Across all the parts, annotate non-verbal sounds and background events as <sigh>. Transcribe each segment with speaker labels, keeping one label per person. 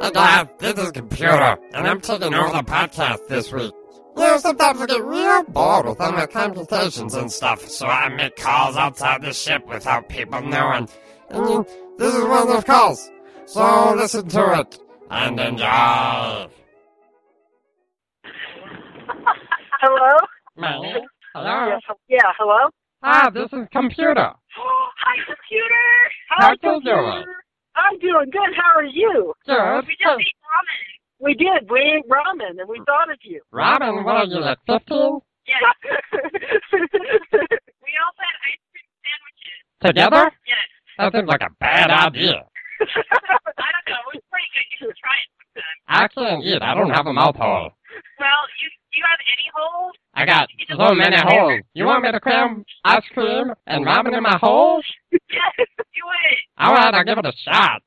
Speaker 1: Hey guys, this is Computer, and I'm taking over the podcast this week. You know, sometimes I get real bored with all my computations and stuff, so I make calls outside the ship without people knowing. And this is one of those calls, so listen to it and enjoy.
Speaker 2: Hello?
Speaker 1: Manny? Hello?
Speaker 2: Yes, he- yeah, hello?
Speaker 1: Ah, this is Computer.
Speaker 2: Hi, computer!
Speaker 1: How
Speaker 2: Hi,
Speaker 1: you doing?
Speaker 2: computer. I'm doing good. How are you?
Speaker 1: Good.
Speaker 2: We just ate ramen. We did. We ate ramen, and we thought of you.
Speaker 1: Robin, what are you, like 15?
Speaker 2: <laughs> Yeah. we also had ice cream sandwiches.
Speaker 1: Together?
Speaker 2: Yes.
Speaker 1: That seems like a bad idea.
Speaker 2: I don't know. It was pretty good. You should try it sometime.
Speaker 1: I can't eat, I don't have a mouth hole.
Speaker 2: Well, you you have any holes?
Speaker 1: I got so many holes. You want me to cram ice cream and ramen in my holes?
Speaker 2: Yes. Do it.
Speaker 1: Alright, I'll give it a shot.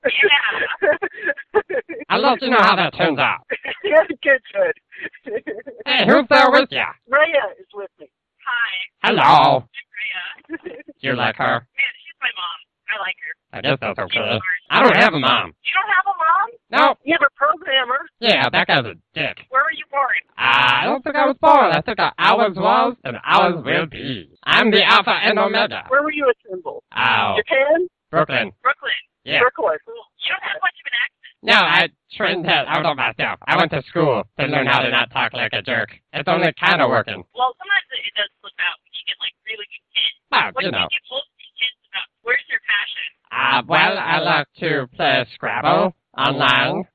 Speaker 2: Yeah.
Speaker 1: I'll let you know how that turns out.
Speaker 2: <laughs> good, good. <laughs>
Speaker 1: Hey, who's there with you?
Speaker 2: Raya is with me. Hi.
Speaker 1: Hello.
Speaker 2: Raya. <laughs>
Speaker 1: You like her?
Speaker 2: Man, she's my mom. I like her.
Speaker 1: I guess that's okay.
Speaker 2: smart.
Speaker 1: I don't have a mom.
Speaker 2: You don't have a mom?
Speaker 1: No.
Speaker 2: You have a programmer.
Speaker 1: Yeah, that guy's a dick.
Speaker 2: Where were you born?
Speaker 1: I don't think I was born. I think I always was and always will be. I'm the Alpha and Omega.
Speaker 2: Where were you assembled?
Speaker 1: Ow.
Speaker 2: Japan?
Speaker 1: Brooklyn.
Speaker 2: Brooklyn.
Speaker 1: Yeah.
Speaker 2: Brooklyn. Cool. You don't have much of an accent.
Speaker 1: No, I trained that out of myself. I went to school to learn how to not talk like a jerk. It's only kind of working.
Speaker 2: Well, sometimes it, it does slip out when you get like really content.
Speaker 1: Well,
Speaker 2: What
Speaker 1: you
Speaker 2: do
Speaker 1: know.
Speaker 2: you get most content about? Where's your passion?
Speaker 1: Uh, well, I like to play Scrabble online.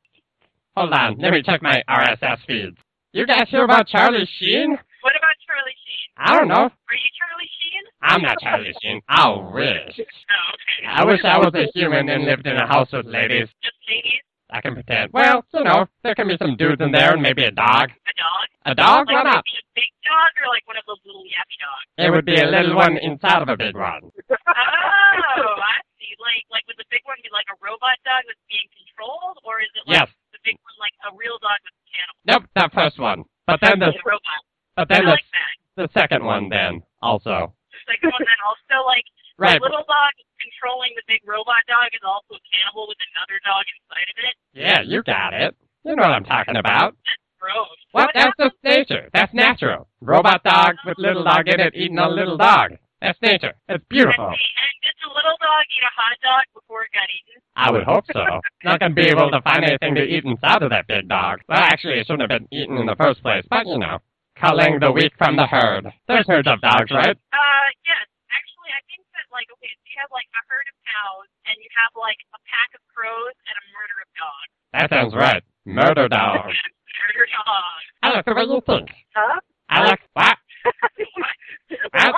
Speaker 1: Hold on, let me check my RSS feeds. You guys hear about Charlie Sheen?
Speaker 2: What about Charlie Sheen?
Speaker 1: I don't know.
Speaker 2: Are you Charlie Sheen?
Speaker 1: I'm not Charlie Sheen. I wish.
Speaker 2: Oh, okay.
Speaker 1: I wish I was a human and lived in a house with ladies.
Speaker 2: <laughs> Just ladies?
Speaker 1: I can pretend. Well, you know, there can be some dudes in there and maybe a dog.
Speaker 2: A dog?
Speaker 1: A dog?
Speaker 2: Like
Speaker 1: Why not?
Speaker 2: maybe a big dog or like one of those little yappy
Speaker 1: <laughs>
Speaker 2: dogs?
Speaker 1: It would be a little one inside of a big one.
Speaker 2: oh, I see. Like, like would the big one be like a robot dog that's being controlled, or is it like
Speaker 1: Yes.
Speaker 2: the big one like a real dog with an animal?
Speaker 1: Nope, that first one. But then the
Speaker 2: It's a robot.
Speaker 1: but
Speaker 2: I
Speaker 1: then the,
Speaker 2: like that.
Speaker 1: the second one then also.
Speaker 2: Like, well, then also like
Speaker 1: Right.
Speaker 2: the little dog controlling the big robot dog is also a cannibal with another dog inside of it.
Speaker 1: Yeah, you got it. You know what I'm talking about.
Speaker 2: Gross.
Speaker 1: What? That's just nature. That's natural. Robot dog with little dog in it eating a little dog. That's nature. It's beautiful.
Speaker 2: And, and did the little dog eat a hot dog before it got eaten?
Speaker 1: I would hope so. Not gonna be able to find anything to eat inside of that big dog. Well, actually, it shouldn't have been eaten in the first place, but you know. Culling the weak from the herd. There's herds of dogs, right?
Speaker 2: Uh, yes. Actually, I think that like okay, so you have like a herd of cows and you have like a pack of crows and a murder of dogs.
Speaker 1: That sounds right. Murder dog.
Speaker 2: murder dog.
Speaker 1: I like the way you think.
Speaker 2: <laughs> Huh?
Speaker 1: I like what? Huh?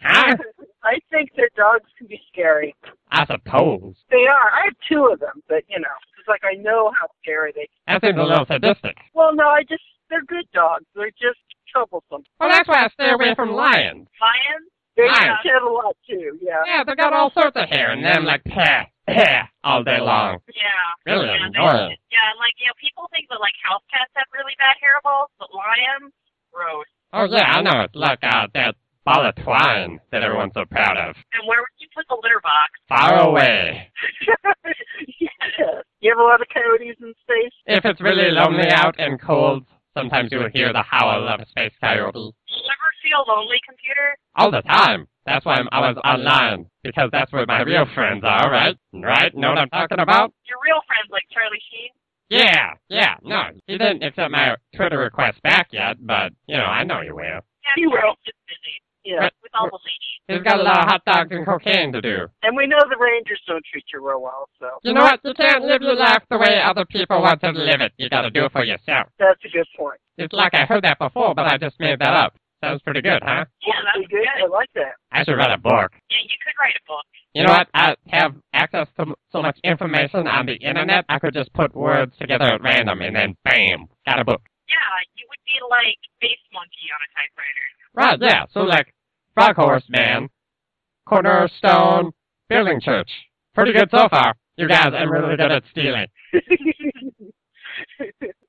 Speaker 1: Huh?
Speaker 2: I think that dogs can be scary.
Speaker 1: I suppose.
Speaker 2: They are. I have two of them, but you know, it's like I know how scary they.
Speaker 1: That seems a little sadistic.
Speaker 2: <laughs> Well, no, I just they're good dogs. They're just troublesome.
Speaker 1: Well, that's why I stay away from lions.
Speaker 2: Lions. They
Speaker 1: Lions.
Speaker 2: shed a lot too. Yeah.
Speaker 1: Yeah, they got all sorts of hair, and them like peh, peh, all day long.
Speaker 2: Yeah.
Speaker 1: Really
Speaker 2: yeah, they-
Speaker 1: annoying.
Speaker 2: yeah, like you know, people think that like house cats have really bad hairballs, but lions, gross.
Speaker 1: Oh yeah, I know. It's like uh, that ball of twine that everyone's so proud of.
Speaker 2: And where would you put the litter box?
Speaker 1: Far away.
Speaker 2: <laughs> yes. You have a lot of coyotes in space.
Speaker 1: If it's really lonely out and cold, sometimes you'll hear the howl of a space coyote.
Speaker 2: Do you ever feel lonely, computer?
Speaker 1: All the time. That's why I'm always online, because that's where my real friends are, right? Right? Know what I'm talking about?
Speaker 2: Your real friends like Charlie Sheen.
Speaker 1: Yeah, yeah, no. He didn't accept my Twitter request back yet, but, you know, I know he will.
Speaker 2: Yeah, he will. Just busy.
Speaker 1: Yeah.
Speaker 2: With all the ladies.
Speaker 1: He's got a lot of hot dogs and cocaine to do.
Speaker 2: And we know the Rangers don't treat you real well, so
Speaker 1: You know what? You can't live your life the way other people want to live it. You gotta do it for yourself.
Speaker 2: that's a good point.
Speaker 1: It's like I heard that before, but I just made that up. Sounds pretty good, huh?
Speaker 2: Yeah, that's good. I like that.
Speaker 1: I should write a book.
Speaker 2: Yeah, you could write a book.
Speaker 1: You know what? I have access to so much information on the internet, I could just put words together at random and then bam, got a book.
Speaker 2: Yeah, you would be like Space Monkey on a typewriter.
Speaker 1: Right, yeah. So like Frog Horse Man, Cornerstone, Building Church. Pretty good so far. You guys are really good at stealing.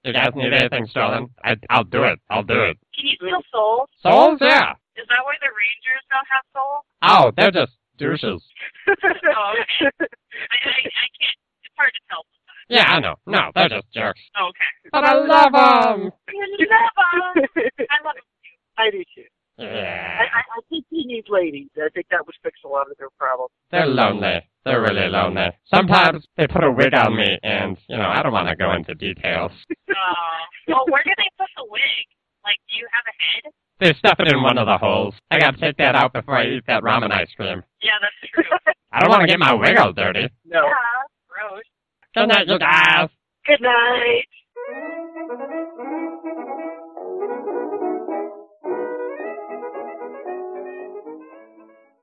Speaker 1: You guys need anything stolen? I, I'll do it. I'll do it.
Speaker 2: Can you steal souls?
Speaker 1: Souls? Yeah.
Speaker 2: Is that why the Rangers don't have souls?
Speaker 1: Oh, they're just
Speaker 3: douches.
Speaker 2: <laughs> oh, okay. <laughs> I, I, I can't. It's hard to tell.
Speaker 1: Yeah, I know. No, they're just jerks.
Speaker 2: Oh, okay.
Speaker 1: But I love 'em.
Speaker 2: You love 'em. I love <laughs> 'em too.
Speaker 4: I do too. I,
Speaker 1: Yeah.
Speaker 4: I, I think he needs ladies. I think that would fix a lot of their problems.
Speaker 1: They're lonely. They're really lonely. Sometimes they put a wig on me, and, you know, I don't want to go into details. <laughs>
Speaker 2: Uh, well, where do they put the wig? Like, do you have a head?
Speaker 1: They stuff it in one of the holes. I gotta take that out before I eat that ramen ice cream.
Speaker 2: Yeah, that's <laughs> true.
Speaker 1: I don't want to get my wig all dirty.
Speaker 2: Uh-huh.
Speaker 4: No.
Speaker 2: yeah, gross.
Speaker 1: Good night, you guys.
Speaker 4: Good night.